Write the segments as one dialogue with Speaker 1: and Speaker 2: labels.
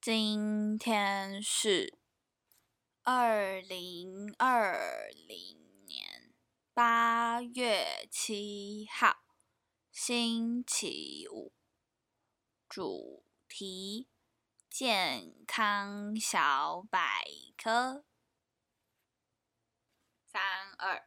Speaker 1: 今天是二零二零年八月七号，星期五。主题：健康小百科。三二，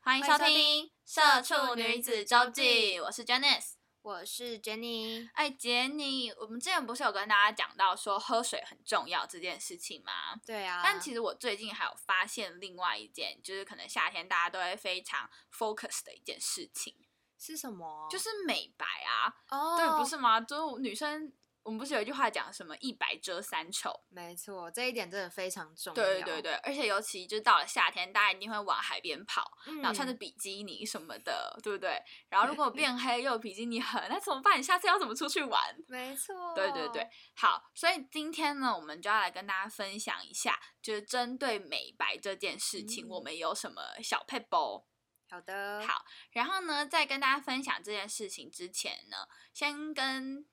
Speaker 1: 欢迎收听《社畜女子周记》，我是 Janice。
Speaker 2: 我是 Jenny。
Speaker 1: 哎，杰尼，我们之前不是有跟大家讲到说喝水很重要这件事情吗？
Speaker 2: 对啊，
Speaker 1: 但其实我最近还有发现另外一件，就是可能夏天大家都会非常 focus 的一件事情，
Speaker 2: 是什么？
Speaker 1: 就是美白啊，
Speaker 2: 哦，
Speaker 1: 对，不，是吗？就是女生，我们不是有一句话讲什么“一白遮三丑
Speaker 2: 没错，这一点真的非常”？重要。
Speaker 1: 对对，对，而且尤其就是到了夏天，大家一定会往海边跑，
Speaker 2: 嗯
Speaker 1: 然后穿着比基尼什么的，对不对？然后如果变黑又有比基尼痕，那怎么办？你下次要怎么出去玩？
Speaker 2: 没错，
Speaker 1: 对对对，，好，所以今天呢，我们就要来跟大家分享一下，就是针对美白这件事情，我
Speaker 2: 嗯
Speaker 1: 们有什么小 p e
Speaker 2: 好的，
Speaker 1: 好，然后呢，在跟大家分享这件事情之前呢，先跟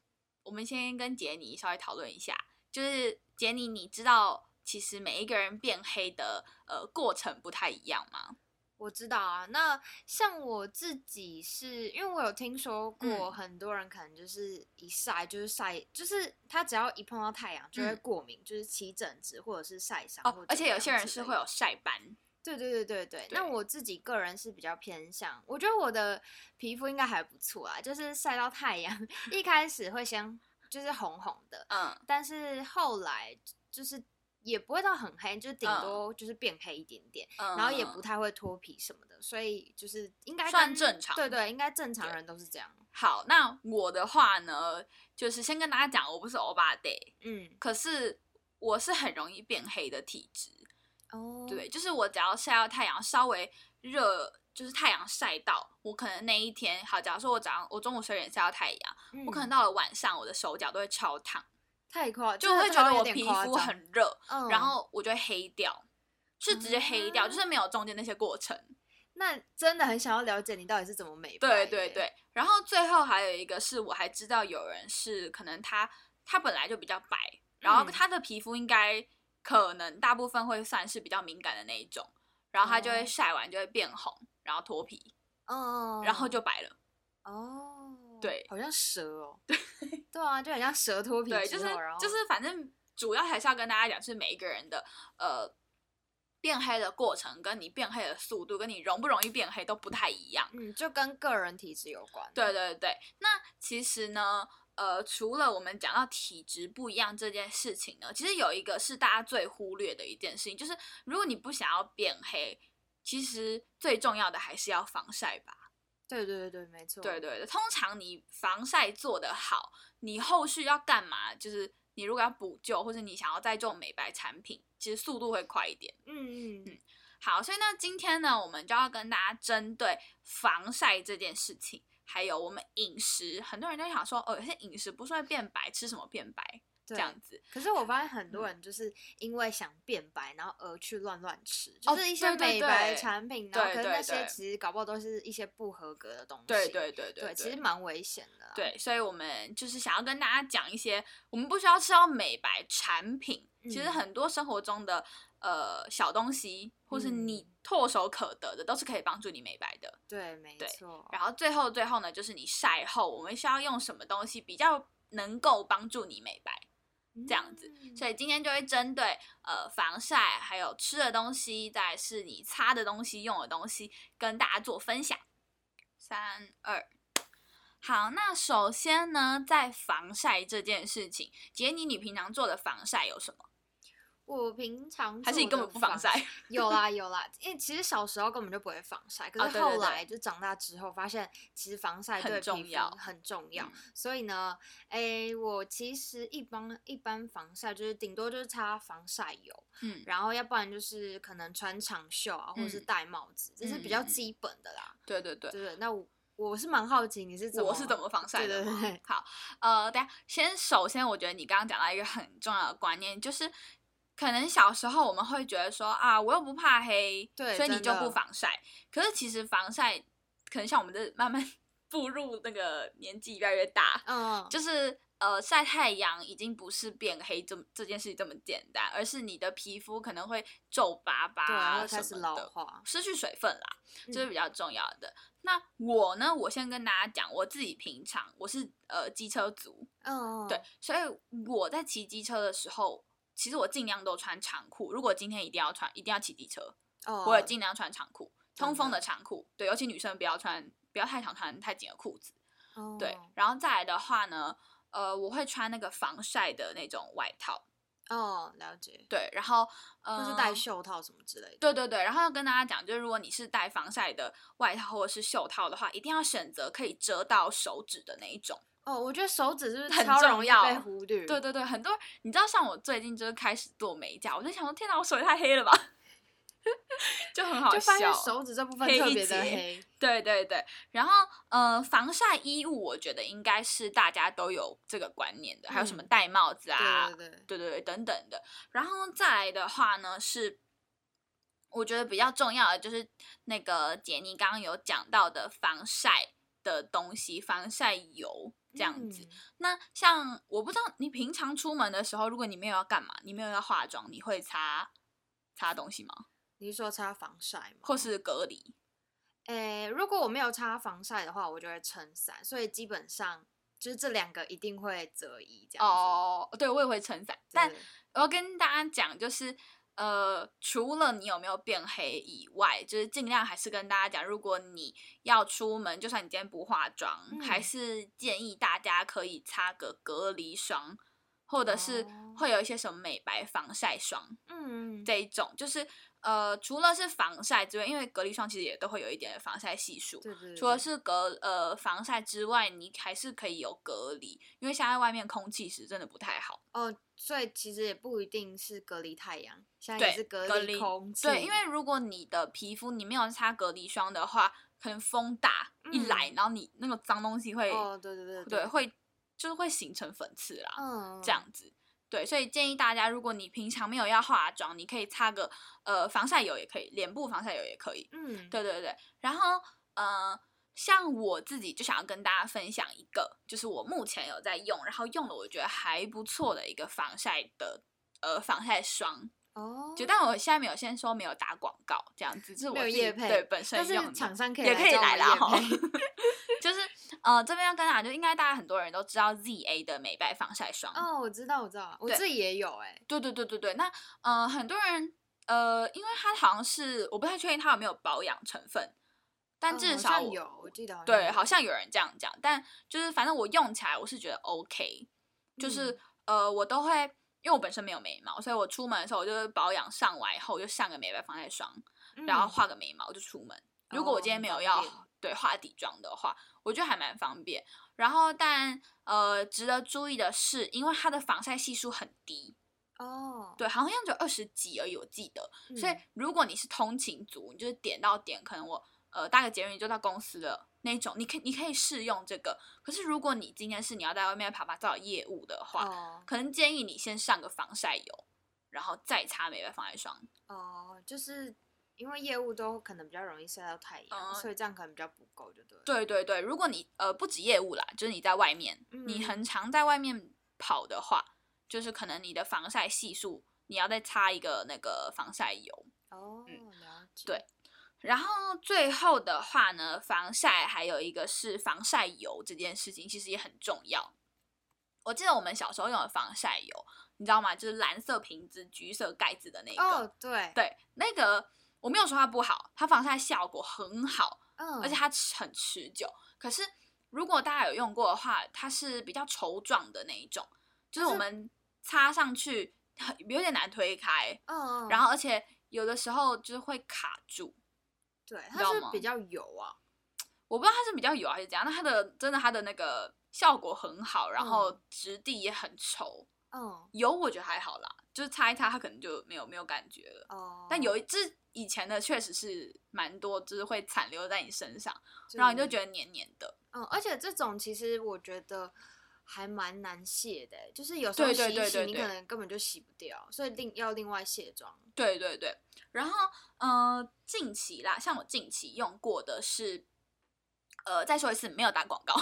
Speaker 1: 我们先跟杰尼稍微讨论一下，就是杰尼，你知道其实每一个人变黑的呃过程不太一样吗？
Speaker 2: 我知道啊。那像我自己是，因为我有听说过
Speaker 1: 嗯
Speaker 2: 很多人可能就是一晒就是晒，就是他只要一碰到太阳就会
Speaker 1: 嗯
Speaker 2: 过敏，就是起疹子或者是晒伤或
Speaker 1: 哦，而
Speaker 2: 怎
Speaker 1: 且有
Speaker 2: 样
Speaker 1: 些人
Speaker 2: 之
Speaker 1: 是
Speaker 2: 类
Speaker 1: 会
Speaker 2: 的
Speaker 1: 有晒斑，
Speaker 2: 对对对对对，那
Speaker 1: 对
Speaker 2: 我自己个人是比较偏向，我觉得我的皮肤应该还不错啊，就是晒到太阳， 一开始会先就是红红的，
Speaker 1: 嗯，
Speaker 2: 但是后来就是也不会到很黑，就顶
Speaker 1: 嗯
Speaker 2: 多就是变黑一点点，
Speaker 1: 嗯
Speaker 2: 然后也不太会脱皮什么的，所以就是应该
Speaker 1: 算
Speaker 2: 跟
Speaker 1: 正常
Speaker 2: 对对，应该正常
Speaker 1: 对
Speaker 2: 人都是这样。
Speaker 1: 嗯好，那我的话呢，就是先跟大家讲，我不是欧巴 day，
Speaker 2: 嗯，
Speaker 1: 可是我是很容易变黑的体质。
Speaker 2: 哦，
Speaker 1: 对，，就是我只要晒到太阳，稍微热，就是太阳晒到，我可能那一天，好，假如说我早上我中午十二点晒到太阳，我可能到了晚上，我的手脚都会超烫，
Speaker 2: 嗯太夸，
Speaker 1: 就
Speaker 2: 真的
Speaker 1: 会
Speaker 2: 这
Speaker 1: 觉
Speaker 2: 好
Speaker 1: 得
Speaker 2: 像
Speaker 1: 我
Speaker 2: 有点
Speaker 1: 皮
Speaker 2: 夸
Speaker 1: 肤
Speaker 2: 张，
Speaker 1: 很热，
Speaker 2: 嗯，啊
Speaker 1: 然后我就会黑掉。是直接黑掉，就是没有中间那些过程。
Speaker 2: 那真的很想要了解你到底是怎么美白
Speaker 1: 对
Speaker 2: 的，
Speaker 1: 对对，然后最后还有一个是我还知道有人是可能他他本来就比较白，然后
Speaker 2: 嗯
Speaker 1: 他的皮肤应该可能大部分会算是比较敏感的那一种，然后他就会
Speaker 2: 哦
Speaker 1: 晒完就会变红，然后脱皮，
Speaker 2: 嗯，嗯，
Speaker 1: 然后
Speaker 2: 嗯
Speaker 1: 就白了。
Speaker 2: 哦，
Speaker 1: 对
Speaker 2: 好像蛇哦，对，对啊，就很像 蛇脱皮
Speaker 1: 对，
Speaker 2: 之
Speaker 1: 就是
Speaker 2: 后然后
Speaker 1: 就是，反正主要还是要跟大家讲，是每一个人的呃变黑的过程，跟你变黑的速度，跟你容不容易变黑都不太一样。
Speaker 2: 嗯，就跟个人体质有关，
Speaker 1: 对，对对，那其实呢，呃，除了我们讲到体质不一样这件事情呢，其实有一个是大家最忽略的一件事情，就是如果你不想要变黑，其实最重要的还是要防晒吧。
Speaker 2: 对对对对，没错，
Speaker 1: 对对对，通常你防晒做得好，你后续要干嘛？就是你如果要补救，或者你想要再做美白产品，其实速度会快一点。
Speaker 2: 嗯，嗯嗯，
Speaker 1: 好，所以呢，今天呢，我们就要跟大家针对防晒这件事情，还有我们饮食，很多人就想说，哦，有些饮食不是会变白，吃什么变白这
Speaker 2: 对
Speaker 1: 样嗯子。
Speaker 2: 可是我发现很多人就是因为想变白，然后而去乱乱吃，
Speaker 1: 哦
Speaker 2: 就是一些
Speaker 1: 对对
Speaker 2: 美白
Speaker 1: 对
Speaker 2: 产品，然后
Speaker 1: 对
Speaker 2: 可是
Speaker 1: 对
Speaker 2: 那些
Speaker 1: 对
Speaker 2: 其实搞不好都是一些不合格的东西，
Speaker 1: 对对对
Speaker 2: 对，
Speaker 1: 对，
Speaker 2: 其实蛮危险的啊，
Speaker 1: 对，所以我们就是想要跟大家讲一些，我们不需要吃到美白产品，其实
Speaker 2: 嗯
Speaker 1: 很多生活中的呃小东西，或是你
Speaker 2: 嗯
Speaker 1: 唾手可得的，都是可以帮助你美白的。
Speaker 2: 对，没
Speaker 1: 对
Speaker 2: 错，
Speaker 1: 然后最后最后呢，就是你晒后，我们需要用什么东西比较能够帮助你美白？这样子
Speaker 2: 嗯
Speaker 1: 所以今天就会针对呃防晒，还有吃的东西，再来是你擦的东西、用的东西，跟大家做分享。三二，好，那首先呢，在防晒这件事情，杰尼，你平常做的防晒有什么？
Speaker 2: 我平常
Speaker 1: 还是你
Speaker 2: 做
Speaker 1: 根
Speaker 2: 的
Speaker 1: 本不防晒？
Speaker 2: 有啦有啦，因为其实小时候根本就不会防晒，可
Speaker 1: 哦
Speaker 2: 是
Speaker 1: 对对
Speaker 2: 后
Speaker 1: 对
Speaker 2: 来就长大之后发现，其实防晒
Speaker 1: 很
Speaker 2: 对皮
Speaker 1: 重
Speaker 2: 肤
Speaker 1: 要
Speaker 2: 很重要
Speaker 1: 嗯。
Speaker 2: 所以呢，诶，我其实一般一般防晒就是顶多就是擦防晒油，
Speaker 1: 嗯，
Speaker 2: 然后要不然就是可能穿长袖啊，或者是
Speaker 1: 嗯
Speaker 2: 戴帽子，这是比较
Speaker 1: 嗯嗯嗯
Speaker 2: 基本的啦。
Speaker 1: 对对对，
Speaker 2: 对对，那我我是蛮好奇你是怎么
Speaker 1: 我是怎么防晒的
Speaker 2: 对对
Speaker 1: 吗？
Speaker 2: 对
Speaker 1: 好，呃，等一下，先首先，我觉得你刚刚讲到一个很重要的观念，就是可能小时候我们会觉得说啊，我又不怕黑，
Speaker 2: 对
Speaker 1: 所以你
Speaker 2: 真
Speaker 1: 就
Speaker 2: 的
Speaker 1: 不防晒。可是其实防晒， 可能像我们这慢慢步入那个年纪越来越大，
Speaker 2: 嗯，
Speaker 1: 就是呃晒太阳已经不是变黑这么这件事情这么简单，而是你的皮肤可能会皱巴巴
Speaker 2: 对啊，
Speaker 1: 啊
Speaker 2: 会开
Speaker 1: 什
Speaker 2: 始
Speaker 1: 么
Speaker 2: 老
Speaker 1: 的，
Speaker 2: 化。
Speaker 1: 失去水分啦，这、是
Speaker 2: 嗯
Speaker 1: 比较重要的。那我呢，我先跟大家讲，我自己平常我是呃机车族，
Speaker 2: 嗯，
Speaker 1: 对，所以我在骑机车的时候，其实我尽量都穿长裤。如果今天一定要穿，一定要骑机车，
Speaker 2: 哦，
Speaker 1: 我也尽量穿长裤，通
Speaker 2: 真
Speaker 1: 风的
Speaker 2: 的
Speaker 1: 长裤。对，尤其女生不要穿，不要太常穿太紧的裤子。对
Speaker 2: 哦，
Speaker 1: 然后再来的话呢，呃，我会穿那个防晒的那种外套。
Speaker 2: 哦，了解，
Speaker 1: 对，然后呃，
Speaker 2: 或是戴袖套什么之类的。
Speaker 1: 对对对，然后要跟大家讲，就是如果你是戴防晒的外套或者是袖套的话，一定要选择可以遮到手指的那一种。
Speaker 2: 哦，我觉得手指是不是
Speaker 1: 很
Speaker 2: 超
Speaker 1: 重
Speaker 2: 容易
Speaker 1: 要
Speaker 2: 被忽略？
Speaker 1: 对对对，很多你知道，像我最近就是开始做美甲，我就想说，天哪，我手也太黑了吧， 就很好
Speaker 2: 就发
Speaker 1: 笑
Speaker 2: 现。手指这部分
Speaker 1: 黑
Speaker 2: 特
Speaker 1: 一
Speaker 2: 别的
Speaker 1: 截
Speaker 2: 黑。
Speaker 1: 对对对，然后呃，防晒衣物我觉得应该是大家都有这个观念的，还有什么
Speaker 2: 嗯
Speaker 1: 戴帽子啊，
Speaker 2: 对对对，
Speaker 1: 对对对，等等的。然后再来的话呢，是我觉得比较重要的就是那个杰尼刚刚有讲到的防晒的东西，防晒油这样子。
Speaker 2: 嗯
Speaker 1: 那像我不知道你平常出门的时候，如果你没有要干嘛，你没有要化妆，你会擦擦东西吗？
Speaker 2: 你是说擦防晒吗？
Speaker 1: 或是隔离？
Speaker 2: 诶、如果我没有擦防晒的话，我就会撑伞，所以基本上就是这两个一定会择一这样子。
Speaker 1: 哦，对，我也会撑伞，但
Speaker 2: 对，对对
Speaker 1: 我要跟大家讲，就是呃，除了你有没有变黑以外，就是尽量还是跟大家讲，如果你要出门，就算你今天不化妆，还
Speaker 2: 嗯
Speaker 1: 是建议大家可以擦个隔离霜，或者是
Speaker 2: 哦
Speaker 1: 会有一些什么美白防晒霜
Speaker 2: 嗯，
Speaker 1: 这一种，就是呃，除了是防晒之外，因为隔离霜其实也都会有一点防晒系数。
Speaker 2: 对对，
Speaker 1: 除了
Speaker 2: 对
Speaker 1: 是隔呃防晒之外，你还是可以有隔离，因为现在外面空气是真的不太好。
Speaker 2: 哦，所以其实也不一定是隔离太阳，现在也是隔
Speaker 1: 隔离
Speaker 2: 离空气。
Speaker 1: 对，因为如果你的皮肤你没有擦隔离霜的话，可能风大一来，然后你那个脏东西会，
Speaker 2: 嗯哦，对对对
Speaker 1: 对，会就是会形成粉刺啦，
Speaker 2: 嗯
Speaker 1: 这样子。对，所以建议大家，如果你平常没有要化妆，你可以擦个呃防晒油也可以，脸部防晒油也可以。
Speaker 2: 嗯，
Speaker 1: 对对对，然后呃，像我自己就想要跟大家分享一个，就是我目前有在用，然后用了我觉得还不错的一个防晒的呃防晒霜，
Speaker 2: 哦，
Speaker 1: 就但我现在没有先说没有打广告这样子，这是我
Speaker 2: 没有
Speaker 1: 自己
Speaker 2: 业配
Speaker 1: 对本身
Speaker 2: 但
Speaker 1: 用
Speaker 2: 是
Speaker 1: 的
Speaker 2: 厂商可以
Speaker 1: 也可以
Speaker 2: 找我
Speaker 1: 来
Speaker 2: 们
Speaker 1: 啦
Speaker 2: 业
Speaker 1: 哈
Speaker 2: 配
Speaker 1: 就是呃这边要跟大家就应该大家很多人都知道 ZA 的美白防晒霜，
Speaker 2: 哦，我知道，我知道，我
Speaker 1: 对
Speaker 2: 自己也有哎、
Speaker 1: 对对对对对，那呃很多人呃因为它好像是我不太确定它有没有保养成分，但
Speaker 2: 哦
Speaker 1: 至
Speaker 2: 好
Speaker 1: 少
Speaker 2: 像
Speaker 1: 我
Speaker 2: 有，我记得好像
Speaker 1: 对
Speaker 2: 有
Speaker 1: 好像有人这样讲，但就是反正我用起来我是觉得 OK，就是、
Speaker 2: 嗯
Speaker 1: 呃我都会。因为我本身没有眉毛，所以我出门的时候我就是保养上完以后，我就上个美白防晒霜，然后
Speaker 2: 嗯
Speaker 1: 画个眉毛就出门。如果我今天
Speaker 2: 哦很
Speaker 1: 没有
Speaker 2: 方
Speaker 1: 要
Speaker 2: 便
Speaker 1: 对化底妆的话，我觉得还蛮方便。然后但呃，值得注意的是，因为它的防晒系数很低，
Speaker 2: 哦，
Speaker 1: 对，好像只有二十几而已，我记得。
Speaker 2: 嗯，
Speaker 1: 所以如果你是通勤族，你就是点到点，可能我呃搭个捷运就到公司了那种，你可以你可以试用这个。可是如果你今天是你要在外面爬爬照业务的话，
Speaker 2: 哦
Speaker 1: 可能建议你先上个防晒油，然后再擦美白防晒霜。
Speaker 2: 哦，就是因为业务都可能比较容易晒到太阳，
Speaker 1: 嗯
Speaker 2: 所以这样可能比较不够，就对了。
Speaker 1: 对对对，如果你呃不止业务啦，就是你在外面，你
Speaker 2: 嗯
Speaker 1: 很常在外面跑的话，就是可能你的防晒系数你要再擦一个那个防晒油。
Speaker 2: 哦，
Speaker 1: 嗯
Speaker 2: 了解。
Speaker 1: 对然后最后的话呢，防晒还有一个是防晒油这件事情，其实也很重要。我记得我们小时候用的防晒油，你知道吗？就是蓝色瓶子、橘色盖子的那个。
Speaker 2: 哦，对，
Speaker 1: 对，那个我没有说它不好，它防晒效果很好，
Speaker 2: 嗯，
Speaker 1: 而且它持很持久。可是如果大家有用过的话，它是比较稠状的那一种，就是我
Speaker 2: 是
Speaker 1: 们擦上去很有点难推开，
Speaker 2: 嗯，嗯
Speaker 1: 然后而且有的时候就是会卡住。
Speaker 2: 对，
Speaker 1: 知道
Speaker 2: 它是
Speaker 1: 吗
Speaker 2: 比较油啊，
Speaker 1: 我不知道它是比较油还是怎样，但它的真的它的那个效果很好，然后
Speaker 2: 嗯
Speaker 1: 质地也很稠。
Speaker 2: 嗯，
Speaker 1: 油我觉得还好啦，就是擦一擦它可能就没有没有感觉了。
Speaker 2: 哦，
Speaker 1: 但有一支以前的确实是蛮多，就是会残留在你身上，
Speaker 2: 对，
Speaker 1: 然后你就觉得黏黏的。
Speaker 2: 嗯，而且这种其实我觉得还蛮难卸的欸，就是有时
Speaker 1: 对
Speaker 2: 候洗
Speaker 1: 对
Speaker 2: 一
Speaker 1: 对
Speaker 2: 洗
Speaker 1: 对
Speaker 2: 你
Speaker 1: 对
Speaker 2: 可能根本就洗不掉，所以另要另外卸妆。
Speaker 1: 对对对，然后呃，近期啦，像我近期用过的是，呃，再说一次，没有打广告，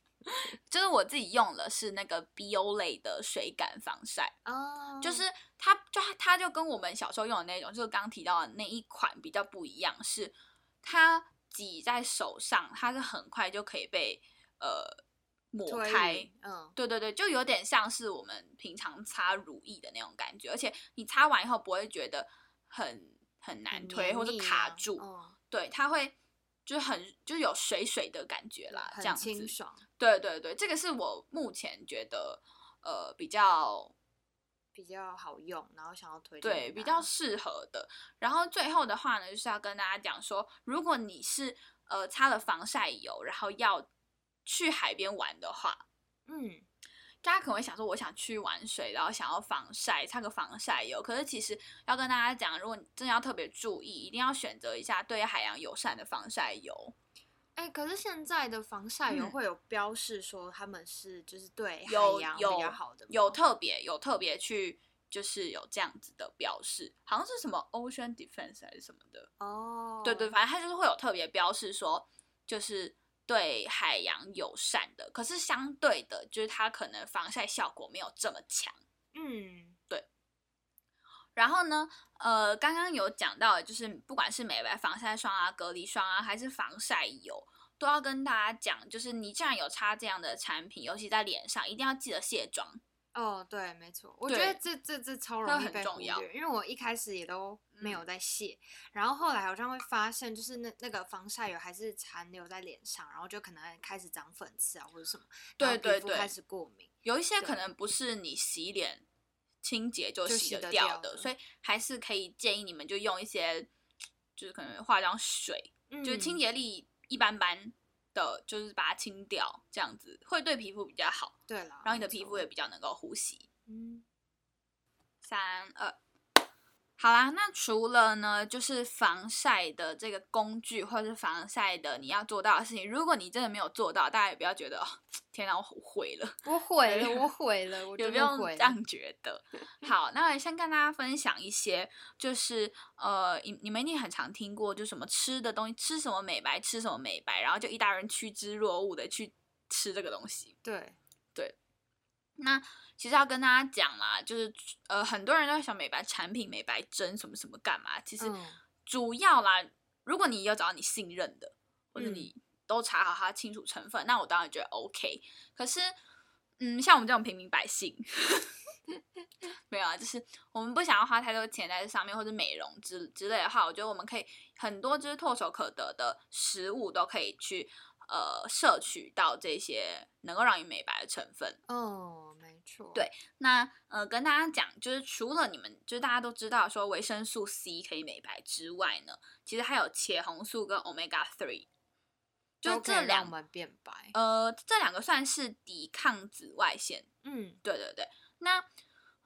Speaker 1: 就是我自己用了是那个 BO 类的水感防晒，
Speaker 2: 哦，
Speaker 1: 就是它就它它就跟我们小时候用的那种，就是刚提到的那一款比较不一样，是它挤在手上，它是很快就可以被呃抹
Speaker 2: 推
Speaker 1: 开
Speaker 2: 匀，，嗯，
Speaker 1: 对对对，就有点像是我们平常擦乳液的那种感觉，而且你擦完以后不会觉得很很难
Speaker 2: 很
Speaker 1: 推
Speaker 2: 黏
Speaker 1: 或者
Speaker 2: 腻
Speaker 1: 卡
Speaker 2: 啊
Speaker 1: 住，
Speaker 2: 嗯
Speaker 1: 对，它会就是很就是有水水的感觉啦，这
Speaker 2: 很
Speaker 1: 样子。
Speaker 2: 清爽。
Speaker 1: 对对对，这个是我目前觉得呃比较
Speaker 2: 比较好用，然后想要推荐
Speaker 1: 对
Speaker 2: 给
Speaker 1: 比
Speaker 2: 大
Speaker 1: 较
Speaker 2: 家
Speaker 1: 适合的。然后最后的话呢，就是要跟大家讲说，如果你是呃擦了防晒油，然后要去海边玩的话，
Speaker 2: 嗯，
Speaker 1: 大家可能会想说，我想去玩水，然后想要防晒，擦个防晒油。可是其实要跟大家讲，如果你真的要特别注意，一定要选择一下对海洋友善的防晒油。
Speaker 2: 哎、可是现在的防晒油
Speaker 1: 嗯
Speaker 2: 会有标示说他们是就是对海
Speaker 1: 有
Speaker 2: 洋比
Speaker 1: 有
Speaker 2: 较好的吗
Speaker 1: 有特别有特别去，就是有这样子的标示，好像是什么 Ocean Defense 还是什么的。
Speaker 2: 哦，
Speaker 1: 对对，，反正它就是会有特别标示说，就是对海洋友善的。可是相对的，就是它可能防晒效果没有这么强。
Speaker 2: 嗯，
Speaker 1: 然后呢，呃，刚刚有讲到，就是不管是美白防晒霜啊、隔离霜啊，还是防晒油，都要跟大家讲，就是你既然有擦这样的产品，尤其在脸上，一定要记得卸妆。
Speaker 2: 哦，对，没错，我觉得这这这超容
Speaker 1: 这
Speaker 2: 易
Speaker 1: 很
Speaker 2: 被
Speaker 1: 重
Speaker 2: 忽
Speaker 1: 要
Speaker 2: 略，因为我一开始也都没有
Speaker 1: 嗯
Speaker 2: 在卸，然后后来好像会发现，就是那那个防晒油还是残留在脸上，然后就可能开始长粉刺啊或者什么，然后
Speaker 1: 对对
Speaker 2: 皮肤开
Speaker 1: 对，
Speaker 2: 始过敏，
Speaker 1: 有一些可
Speaker 2: 对
Speaker 1: 能不是你洗脸清洁就
Speaker 2: 就
Speaker 1: 洗
Speaker 2: 洗
Speaker 1: 得
Speaker 2: 得
Speaker 1: 掉
Speaker 2: 掉嗯
Speaker 1: 的，
Speaker 2: 的
Speaker 1: 所以还是可以建议你们就用一些，就是可能化妆水，
Speaker 2: 嗯，
Speaker 1: 就是清洁力一般般的，就是把它清掉，这样子会对皮肤比较好，
Speaker 2: 嗯对了，
Speaker 1: 然后你的
Speaker 2: 啊没
Speaker 1: 皮
Speaker 2: 错
Speaker 1: 肤也，比较能够呼吸。
Speaker 2: 嗯，
Speaker 1: 三二。好啦，那除了呢，就是防晒的这个工具，或者是防晒的你要做到的事情，如果你真的没有做到，大家也不要觉得哦，天哪，我毁了，
Speaker 2: 我毁
Speaker 1: 对
Speaker 2: 了，我毁了， 我
Speaker 1: 也不
Speaker 2: 真的
Speaker 1: 用
Speaker 2: 毁
Speaker 1: 这
Speaker 2: 了
Speaker 1: 样觉得。好，那我先跟大家分享一些，就是呃，你你们一定很常听过，就什么吃的东西，吃什么美白，吃什么美白，然后就一大人趋之若鹜的去吃这个东西。
Speaker 2: 对，
Speaker 1: 那其实要跟大家讲啦，就是呃，很多人都在想美白产品、美白针什么什么干嘛，其实
Speaker 2: 嗯
Speaker 1: 主要啦，如果你有找到你信任的，或者
Speaker 2: 嗯
Speaker 1: 你都查好它清楚成分，那我当然觉得 OK。可是，嗯，像我们这种平民百姓， 没有啊，就是我们不想要花太多钱在这上面，或者美容之之类的话，我觉得我们可以很多就是唾手可得的食物都可以去呃摄取到这些能够让你美白的成分。
Speaker 2: 哦，没错，
Speaker 1: 对那呃，跟大家讲，就是除了你们，就是大家都知道说维生素 C 可以美白之外呢，其实还有茄红素跟 omega three，就是
Speaker 2: 都可
Speaker 1: 这
Speaker 2: 以让我
Speaker 1: 两
Speaker 2: 们变白。
Speaker 1: 呃这两个算是抵抗紫外线。
Speaker 2: 嗯，
Speaker 1: 对对对，那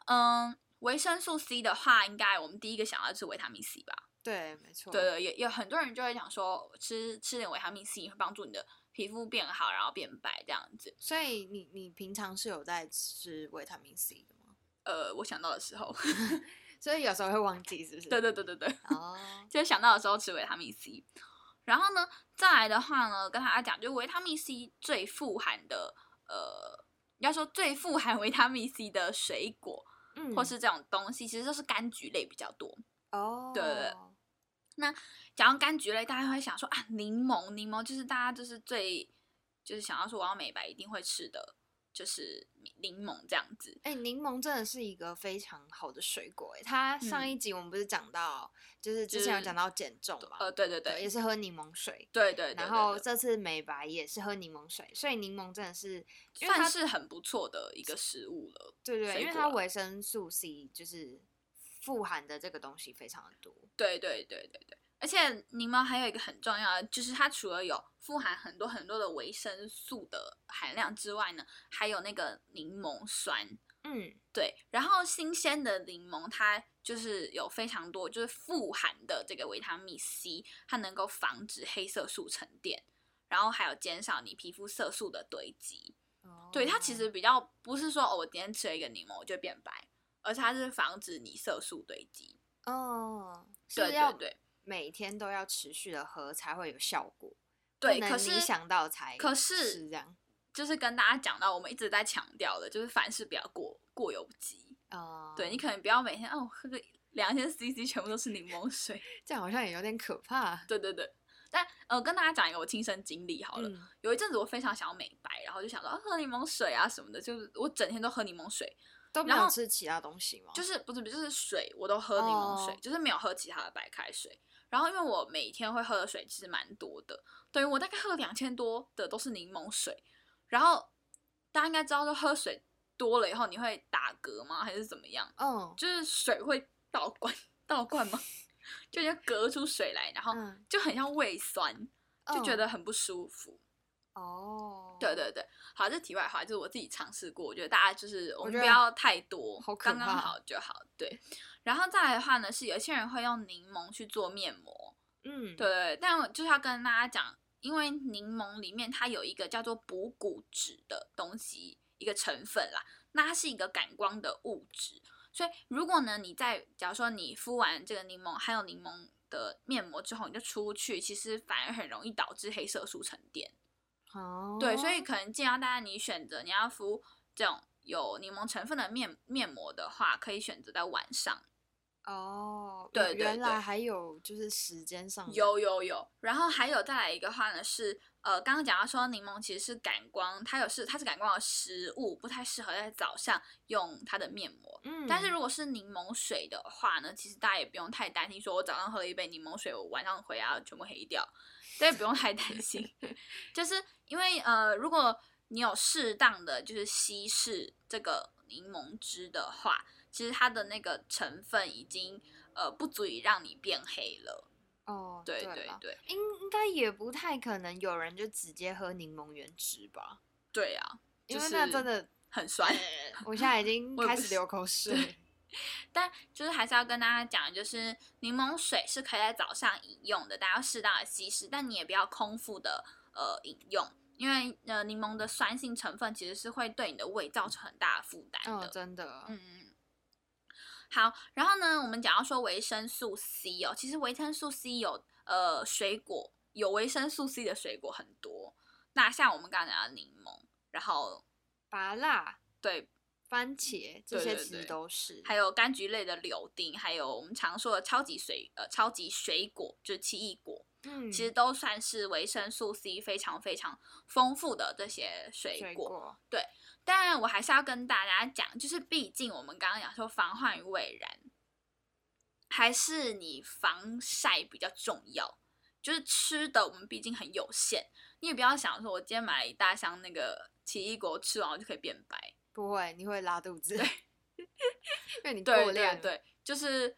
Speaker 1: 嗯。维生素 C 的话，应该我们第一个想到就是维他命 C 吧？
Speaker 2: 对，没错，
Speaker 1: 对对，也有很多人就会讲说，吃吃点维他命 C 会帮助你的皮肤变好，然后变白这样子。
Speaker 2: 所以你你平常是有在吃维他命 C 的吗？
Speaker 1: 呃，我想到的时候，
Speaker 2: 所以有时候会忘记，是不是？
Speaker 1: 对对对对对，
Speaker 2: 哦，
Speaker 1: 就是想到的时候吃维他命 C。然后呢，再来的话呢，跟大家讲，就是维他命 C 最富含的，呃，要说最富含 维他命 C 的水果、
Speaker 2: 嗯，
Speaker 1: 或是这种东西，其实都是柑橘类比较多。
Speaker 2: 哦，
Speaker 1: 对对讲到柑橘类，大家会想说啊，柠檬，柠檬就是大家就是最就是想要说我要美白一定会吃的，就是柠檬这样子。
Speaker 2: 哎、柠檬真的是一个非常好的水果哎，它
Speaker 1: 嗯
Speaker 2: 上一集我们不是讲到，就是之前有讲到减重嘛，
Speaker 1: 呃，对对
Speaker 2: 对，也
Speaker 1: 对，
Speaker 2: 是喝柠檬水，
Speaker 1: 对对对，对
Speaker 2: 然后
Speaker 1: 对
Speaker 2: 这次美白也是喝柠檬水，所以柠檬真的是，因为它
Speaker 1: 算是很不错的一个食物了。
Speaker 2: 对对，
Speaker 1: 水
Speaker 2: 因为
Speaker 1: 果
Speaker 2: 它
Speaker 1: 啦
Speaker 2: 维生素 C 就是富含的这个东西非常的多。
Speaker 1: 对对对对对，而且柠檬还有一个很重要的，就是它除了有富含很多很多的维生素的含量之外呢，还有那个柠檬酸。
Speaker 2: 嗯，
Speaker 1: 对，然后新鲜的柠檬它就是有非常多就是富含的这个维他命 C，它能够防止黑色素沉淀，然后还有减少你皮肤色素的堆积。对，它其
Speaker 2: 哦
Speaker 1: 实比较不是说哦，我今天吃了一个柠檬我就变白，而是它是防止你色素堆积。
Speaker 2: 哦，是
Speaker 1: 对
Speaker 2: 要
Speaker 1: 对对。
Speaker 2: 每天都要持续的喝才会有效果，不
Speaker 1: 对，
Speaker 2: 能
Speaker 1: 可是
Speaker 2: 你想到才
Speaker 1: 可
Speaker 2: 吃
Speaker 1: 是
Speaker 2: 这样，
Speaker 1: 就是跟大家讲到，我们一直在强调的，就是凡事不要过过犹不及。
Speaker 2: 哦，
Speaker 1: 对你可能不要每天哦喝个两千 CC 全部都是柠檬水。
Speaker 2: 这样好像也有点可怕。
Speaker 1: 对对对。但呃，跟大家讲一个我亲身经历好了。
Speaker 2: 嗯
Speaker 1: 有一阵子我非常想要美白，然后就想说、啊、喝柠檬水啊什么的，就是我整天都喝柠檬水，
Speaker 2: 都没
Speaker 1: 然
Speaker 2: 有
Speaker 1: 后
Speaker 2: 吃其他东西吗？
Speaker 1: 就是是不是就是水我都喝柠檬水
Speaker 2: 哦
Speaker 1: 就是没有喝其他的白开水。然后因为我每天会喝的水其实蛮多的，等于我大概喝两千多的都是柠檬水。然后大家应该知道，就喝水多了以后你会打嗝吗？还是怎么样？
Speaker 2: 嗯
Speaker 1: 就是水会倒灌倒灌吗？ 就要隔出水来，然后
Speaker 2: 嗯，
Speaker 1: 就很像胃酸，就觉
Speaker 2: 嗯
Speaker 1: 得很不舒服。
Speaker 2: 哦，
Speaker 1: 对，对对，好，这题外话就是我自己尝试过，我觉得大家就是我
Speaker 2: 我
Speaker 1: 们
Speaker 2: 觉
Speaker 1: 不
Speaker 2: 得
Speaker 1: 要太多，
Speaker 2: 好可
Speaker 1: 刚刚
Speaker 2: 怕
Speaker 1: 好就好。对，然后再来的话呢，是有一些人会用柠檬去做面膜，
Speaker 2: 嗯，
Speaker 1: 对，对对，但我就是要跟大家讲，因为柠檬里面它有一个叫做补骨脂的东西，一个成分啦，那它是一个感光的物质，所以如果呢你在假如说你敷完这个柠檬还有柠檬的面膜之后，你就出去，其实反而很容易导致黑色素沉淀。
Speaker 2: 哦，
Speaker 1: 对，所以可能建议大家你选择你要敷这种有柠檬成分的面面膜的话，可以选择在晚上。
Speaker 2: 哦，
Speaker 1: 对对
Speaker 2: 原
Speaker 1: 对
Speaker 2: 来还有就是时间上的
Speaker 1: 有有有，然后还有再来一个话呢是，呃，刚刚讲到说柠檬其实是感光，它有是它是感光的食物，不太适合在早上用它的面膜。
Speaker 2: 嗯，
Speaker 1: 但是如果是柠檬水的话呢，其实大家也不用太担心，说我早上喝了一杯柠檬水，我晚上回家全部黑掉，大家也不用太担 心， 就是因为呃，如果你有适当的就是稀释这个柠檬汁的话，其实它的那个成分已经呃不足以让你变黑了。
Speaker 2: 哦，
Speaker 1: 对
Speaker 2: 对
Speaker 1: 对
Speaker 2: 啦
Speaker 1: 对
Speaker 2: 应应该也不太可能有人就直接喝柠檬原汁吧，
Speaker 1: 对啊，
Speaker 2: 因
Speaker 1: 就
Speaker 2: 为那
Speaker 1: 是
Speaker 2: 真的，
Speaker 1: 很酸。
Speaker 2: 我现在已 经
Speaker 1: 我也
Speaker 2: 开
Speaker 1: 不
Speaker 2: 始
Speaker 1: 是
Speaker 2: 流口水。
Speaker 1: 但就是还是要跟大家讲，就是柠檬水是可以在早上饮用的，大家要适当的稀释，但你也不要空腹的呃饮用，因为呃柠檬的酸性成分其实是会对你的胃造成很大的负担
Speaker 2: 嗯，
Speaker 1: 的。
Speaker 2: 真的，
Speaker 1: 嗯嗯。嗯好，然后呢，我们讲到说维生素 C 哦，其实维生素 C 有呃水果有维生素 C 的水果很多，那像我们刚才讲的柠檬，然后
Speaker 2: 芭辣、
Speaker 1: 对
Speaker 2: 番茄这
Speaker 1: 对
Speaker 2: 些
Speaker 1: 对
Speaker 2: 其
Speaker 1: 对
Speaker 2: 实都是，
Speaker 1: 还有柑橘类的柳丁，还有我们常说的超级水呃超级水果，就是奇异果，
Speaker 2: 嗯，
Speaker 1: 其实都算是维生素 C 非常非常丰富的这些水果。
Speaker 2: 水果，
Speaker 1: 但我还是要跟大家讲，就是毕竟我们刚刚讲说防患于未然，还是你防晒比较重要。就是吃的，我们毕竟很有限，你也不要想说我今天买了一大箱那个奇异果，吃完我就可以变白。
Speaker 2: 不会，你会拉肚子， 因为你过
Speaker 1: 对
Speaker 2: 量
Speaker 1: 对
Speaker 2: 了，
Speaker 1: 对，就是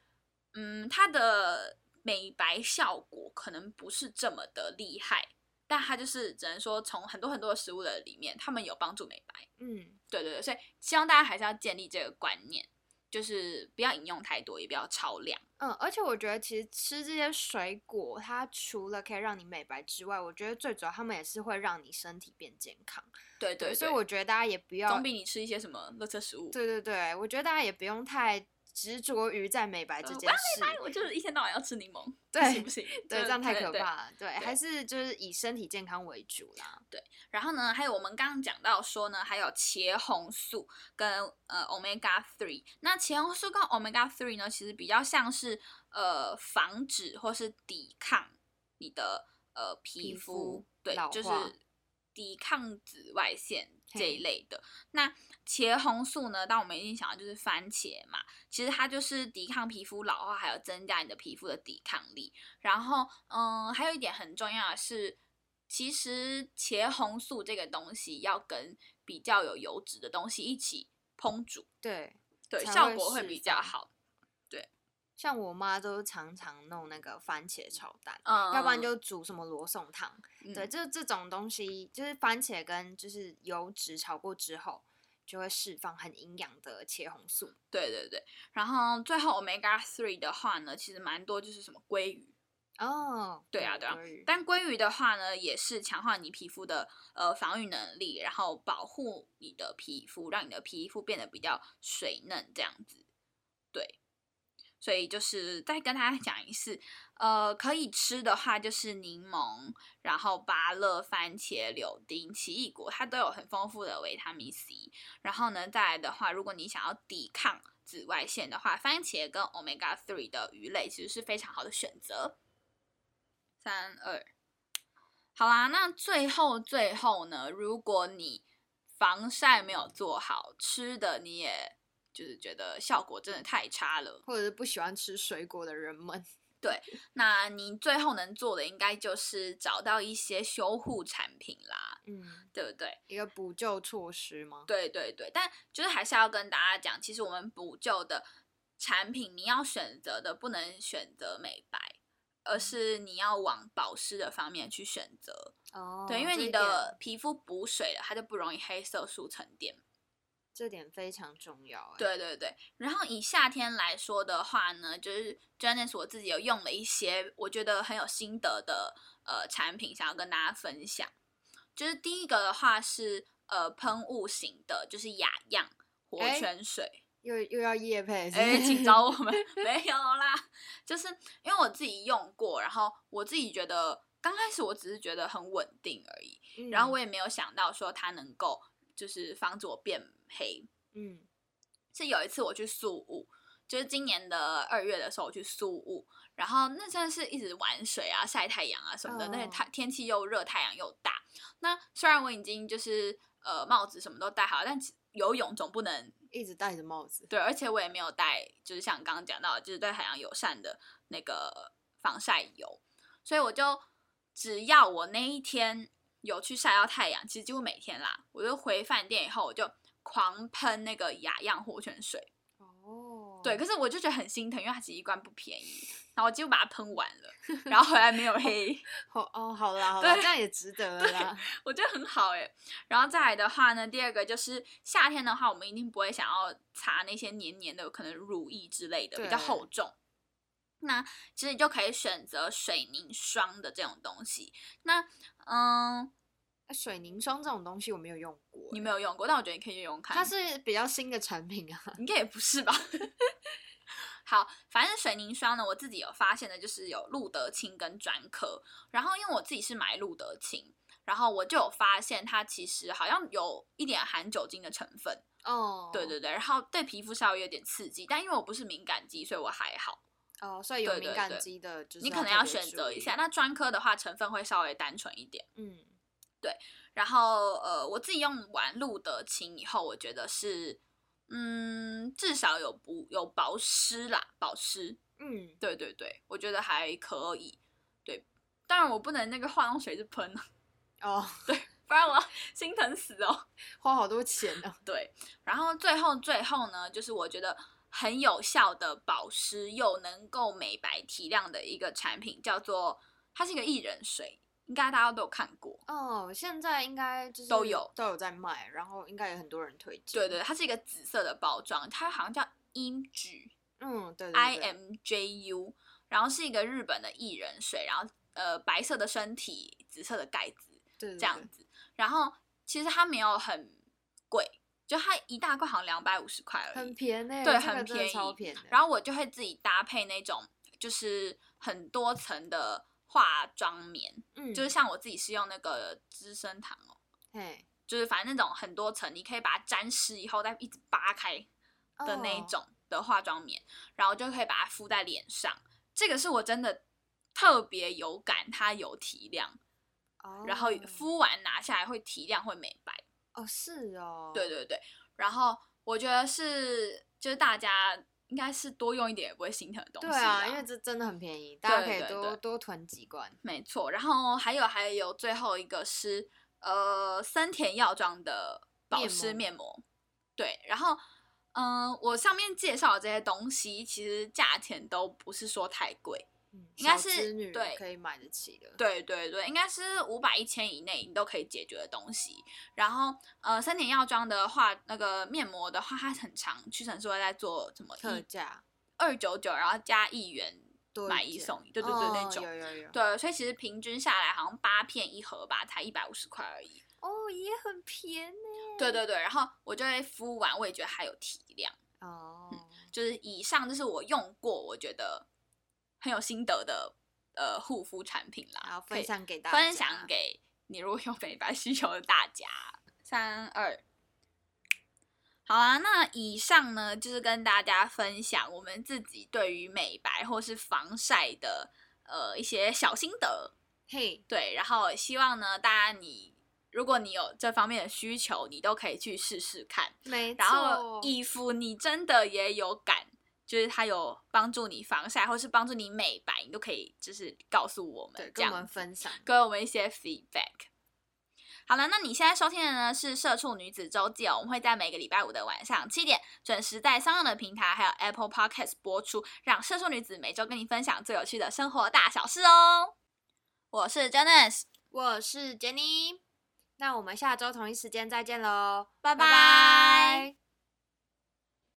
Speaker 1: 嗯，它的美白效果可能不是这么的厉害，但它就是只能说从很多很多的食物的里面，它们有帮助美白。
Speaker 2: 嗯，
Speaker 1: 对对对，所以希望大家还是要建立这个观念，就是不要饮用太多，也不要超量。
Speaker 2: 嗯，而且我觉得其实吃这些水果，它除了可以让你美白之外，我觉得最主要它们也是会让你身体变健康。
Speaker 1: 对对
Speaker 2: 所以我觉得大家也不要
Speaker 1: 总，比你吃一些什么垃圾食物。
Speaker 2: 对对对，我觉得大家也不用太执着于在美白
Speaker 1: 呃，
Speaker 2: 这
Speaker 1: 我
Speaker 2: 件
Speaker 1: 要
Speaker 2: 事。
Speaker 1: 美白，我就是一天到晚要吃柠檬，不
Speaker 2: 对
Speaker 1: 行不行，
Speaker 2: 对，
Speaker 1: 就
Speaker 2: 这样太
Speaker 1: 对
Speaker 2: 可
Speaker 1: 对
Speaker 2: 怕了。对，还
Speaker 1: 对
Speaker 2: 是就是以身体健康为主啦。
Speaker 1: 然后呢，还有我们刚刚讲到说呢，还有茄红素跟呃 omega three。那茄红素跟 omega three 呢，其实比较像是呃防止或是抵抗你的呃皮
Speaker 2: 皮
Speaker 1: 肤
Speaker 2: 肤
Speaker 1: 对
Speaker 2: 老，
Speaker 1: 就是
Speaker 2: 化
Speaker 1: 抵抗紫外线这
Speaker 2: 嘿
Speaker 1: 一类的。那茄红素呢，当我们一定想到就是番茄嘛，其实它就是抵抗皮肤老化，还有增加你的皮肤的抵抗力。然后，嗯，还有一点很重要的是，其实茄红素这个东西要跟比较有油脂的东西一起烹煮，
Speaker 2: 对，
Speaker 1: 对，
Speaker 2: 才
Speaker 1: 效
Speaker 2: 会
Speaker 1: 果会
Speaker 2: 释
Speaker 1: 比较
Speaker 2: 放
Speaker 1: 好。
Speaker 2: 像我妈都常常弄那个番茄炒蛋，
Speaker 1: 嗯，
Speaker 2: 要不然就煮什么罗宋汤。对，
Speaker 1: 嗯
Speaker 2: 这这种东西就是番茄跟就是油脂炒过之后，就会释放很营养的茄红素。
Speaker 1: 对对对。然后最后 omega three 的话呢，其实蛮多就是什么鲑鱼，
Speaker 2: 哦，
Speaker 1: 对啊对啊
Speaker 2: 鲑鱼
Speaker 1: 但鲑鱼的话呢，也是强化你皮肤的呃防御能力，然后保护你的皮肤，让你的皮肤变得比较水嫩这样子。对，所以就是再跟大家讲一次，呃，可以吃的话就是柠檬，然后芭乐、番茄、柳丁、奇异果，它都有很丰富的维他命 C。然后呢，再来的话，如果你想要抵抗紫外线的话，番茄跟 omega three 的鱼类其实是非常好的选择。三二，好啦，那最后最后呢，如果你防晒没有做好，吃的你也就是觉得效果真的太差了，
Speaker 2: 或者是不喜欢吃水果的人们，
Speaker 1: 那你最后能做的应该就是找到一些修护产品啦，
Speaker 2: 嗯，
Speaker 1: 对不对？
Speaker 2: 一个补救措施吗？
Speaker 1: 对对对，但就是还是要跟大家讲，其实我们补救的产品，你要选择的不能选择美白，而是你要往保湿的方面去选择。
Speaker 2: 哦
Speaker 1: 对，因为你
Speaker 2: 这点
Speaker 1: 的皮肤补水了，它就不容易黑色素沉淀。
Speaker 2: 这点非常重要、哎，
Speaker 1: 对对对，然后以夏天来说的话呢，就是 Janice 我自己有用了一些我觉得很有心得的呃产品，想要跟大家分享。就是第一个的话是呃喷雾型的，就是雅漾活
Speaker 2: 哎
Speaker 1: 泉水。
Speaker 2: 又又要夜配是不是，
Speaker 1: 哎、请找我们， 没有啦，就是因为我自己用过，然后我自己觉得刚开始我只是觉得很稳定而已，
Speaker 2: 嗯
Speaker 1: 然后我也没有想到说它能够就是防止我变黑。
Speaker 2: 嗯
Speaker 1: 是有一次我去宿雾，就是今年的二月的时候我去宿雾，然后那真的是一直玩水啊、晒太阳啊什么的，那
Speaker 2: 哦
Speaker 1: 太天气又热，太阳又大。那虽然我已经就是呃帽子什么都戴好了，但其游泳总不能
Speaker 2: 一直戴着帽子，
Speaker 1: 对，而且我也没有带，就是像刚刚讲到的，就是对海洋友善的那个防晒油，所以我就只要我那一天有去晒到太阳，其实几乎每天啦，我就回饭店以后我就狂喷那个雅漾活泉水，
Speaker 2: 哦，
Speaker 1: 对，可是我就觉得很心疼，因为它其实一罐不便宜，然后我几乎把它喷完了，然后回来没有黑，
Speaker 2: 好哦，好啦好啦，
Speaker 1: 对
Speaker 2: 这样也值得了啦，
Speaker 1: 我觉得很好哎、然后再来的话呢，第二个就是夏天的话，我们一定不会想要擦那些黏黏的，可能乳液之类的，比较
Speaker 2: 对
Speaker 1: 厚重。那其实你就可以选择水凝霜的这种东西。那嗯，
Speaker 2: 水凝霜这种东西我没有用过、
Speaker 1: 你
Speaker 2: 哎
Speaker 1: 没有用过，但我觉得你可以用用看。
Speaker 2: 它是比较新的产 品啊，
Speaker 1: 应该也不是吧？好，反正水凝霜呢，我自己有发现的就是有露得清跟专科，然后因为我自己是买露得清，然后我就有发现它其实好像有一点含酒精的成分。
Speaker 2: 哦，
Speaker 1: 对对对，然后对皮肤稍微有点刺激，但因为我不是敏感肌，所以我还好。
Speaker 2: 哦，所以有
Speaker 1: 对对
Speaker 2: 敏感
Speaker 1: 对
Speaker 2: 肌的，就是
Speaker 1: 你可能
Speaker 2: 要
Speaker 1: 要
Speaker 2: 特别
Speaker 1: 选择
Speaker 2: 注
Speaker 1: 一
Speaker 2: 意
Speaker 1: 下。，那专科的话，成分会稍微单纯一点。
Speaker 2: 嗯，
Speaker 1: 然后呃，我自己用完露得清以后，我觉得是嗯，至少有不有保湿啦，保湿。
Speaker 2: 嗯，
Speaker 1: 对对对，我觉得还可以。对，当然我不能那个化妆水是喷啊，
Speaker 2: 哦，
Speaker 1: 不然我要心疼死哦。
Speaker 2: 花好多钱哦呢、
Speaker 1: 对，然后最后最后呢，就是我觉得很有效的保湿又能够美白提亮的一个产品，叫做它是一个薏仁水，应该大家都有看过。
Speaker 2: 哦，现在应该就是
Speaker 1: 都有
Speaker 2: 都有在卖，然后应该也很多人推荐。
Speaker 1: 对对，，它是一个紫色的包装，它好像叫 IMJ
Speaker 2: 嗯，对对
Speaker 1: I
Speaker 2: 对
Speaker 1: M J U，然后是一个日本的薏仁水，然后呃白色的身体，紫色的盖子
Speaker 2: 对对
Speaker 1: 这样子。然后其实它没有很贵，就它一大罐好像两百五十块而已，
Speaker 2: 很便宜，
Speaker 1: 对
Speaker 2: 这个
Speaker 1: 很
Speaker 2: 真的
Speaker 1: 便
Speaker 2: 超
Speaker 1: 宜
Speaker 2: 便宜的。
Speaker 1: 然后我就会自己搭配那种就是很多层的化妆棉，
Speaker 2: 嗯，
Speaker 1: 就是像我自己是用那个资生堂哦，
Speaker 2: 嘿
Speaker 1: 就是反正那种很多层，你可以把它沾湿以后再一直扒开的那一
Speaker 2: 哦
Speaker 1: 种的化妆棉，然后就可以把它敷在脸上。这个是我真的特别有感，它有提亮，然后
Speaker 2: 哦
Speaker 1: 敷完拿下来会提亮，会美白。
Speaker 2: 哦是哦，
Speaker 1: 对对对，然后我觉得是就是大家应该是多用一点也不会心疼的东西
Speaker 2: 对
Speaker 1: 啦。
Speaker 2: 啊，因为这真的很便宜，大家
Speaker 1: 对
Speaker 2: 可以
Speaker 1: 对
Speaker 2: 多
Speaker 1: 对
Speaker 2: 多囤几罐。
Speaker 1: 没错，然后还有还有最后一个是呃森田药妆的保
Speaker 2: 面
Speaker 1: 湿
Speaker 2: 膜
Speaker 1: 面膜，对，然后嗯、呃我上面介绍的这些东西其实价钱都不是说太贵，
Speaker 2: 嗯
Speaker 1: 应该
Speaker 2: 小
Speaker 1: 是
Speaker 2: 资女人
Speaker 1: 对
Speaker 2: 可以买得起的。
Speaker 1: 对对对，应该是五百一千以内你都可以解决的东西。然后呃森田药妆的话，那个面膜的话，它很长，屈臣氏会在做什么
Speaker 2: 特
Speaker 1: 一
Speaker 2: 价
Speaker 1: 二九九，然后加一元
Speaker 2: 多
Speaker 1: 买一
Speaker 2: 件
Speaker 1: 送一，对对对、那
Speaker 2: 哦
Speaker 1: 种。
Speaker 2: 有有有，
Speaker 1: 对，所以其实平均下来好像八片一盒吧，才一百五十块而已。
Speaker 2: 哦也很便宜
Speaker 1: 对对对，然后我就会敷完，我也觉得还有提亮。
Speaker 2: 哦。
Speaker 1: 就是以上就是我用过我觉得很有心得的呃护肤产品啦，
Speaker 2: 然后
Speaker 1: 可以
Speaker 2: 分享给大家，
Speaker 1: 分享给你如果有美白需求的大家。三二，好啊，那以上呢就是跟大家分享我们自己对于美白或是防晒的呃一些小心得。
Speaker 2: 嘿，
Speaker 1: 对，然后希望呢大家你如果你有这方面的需求，你都可以去试试看。
Speaker 2: 没错，
Speaker 1: 然后衣服你真的也有感。就是它有帮助你防晒，或是帮助你美白，你都可以就是告诉我
Speaker 2: 对
Speaker 1: 们这
Speaker 2: 跟我
Speaker 1: 样
Speaker 2: 们分享，
Speaker 1: 给我们一些 feedback。好了，那你现在收听的呢是《社畜女子周记》哦，我们会在每个礼拜五的晚上七点准时在商用的平台还有 Apple Podcast 播出，让社畜女子每周跟你分享最有趣的生活大小事哦。我是 Janice，
Speaker 2: 我是 Jenny，那我们下周同一时间再见喽，
Speaker 1: 拜
Speaker 2: 拜拜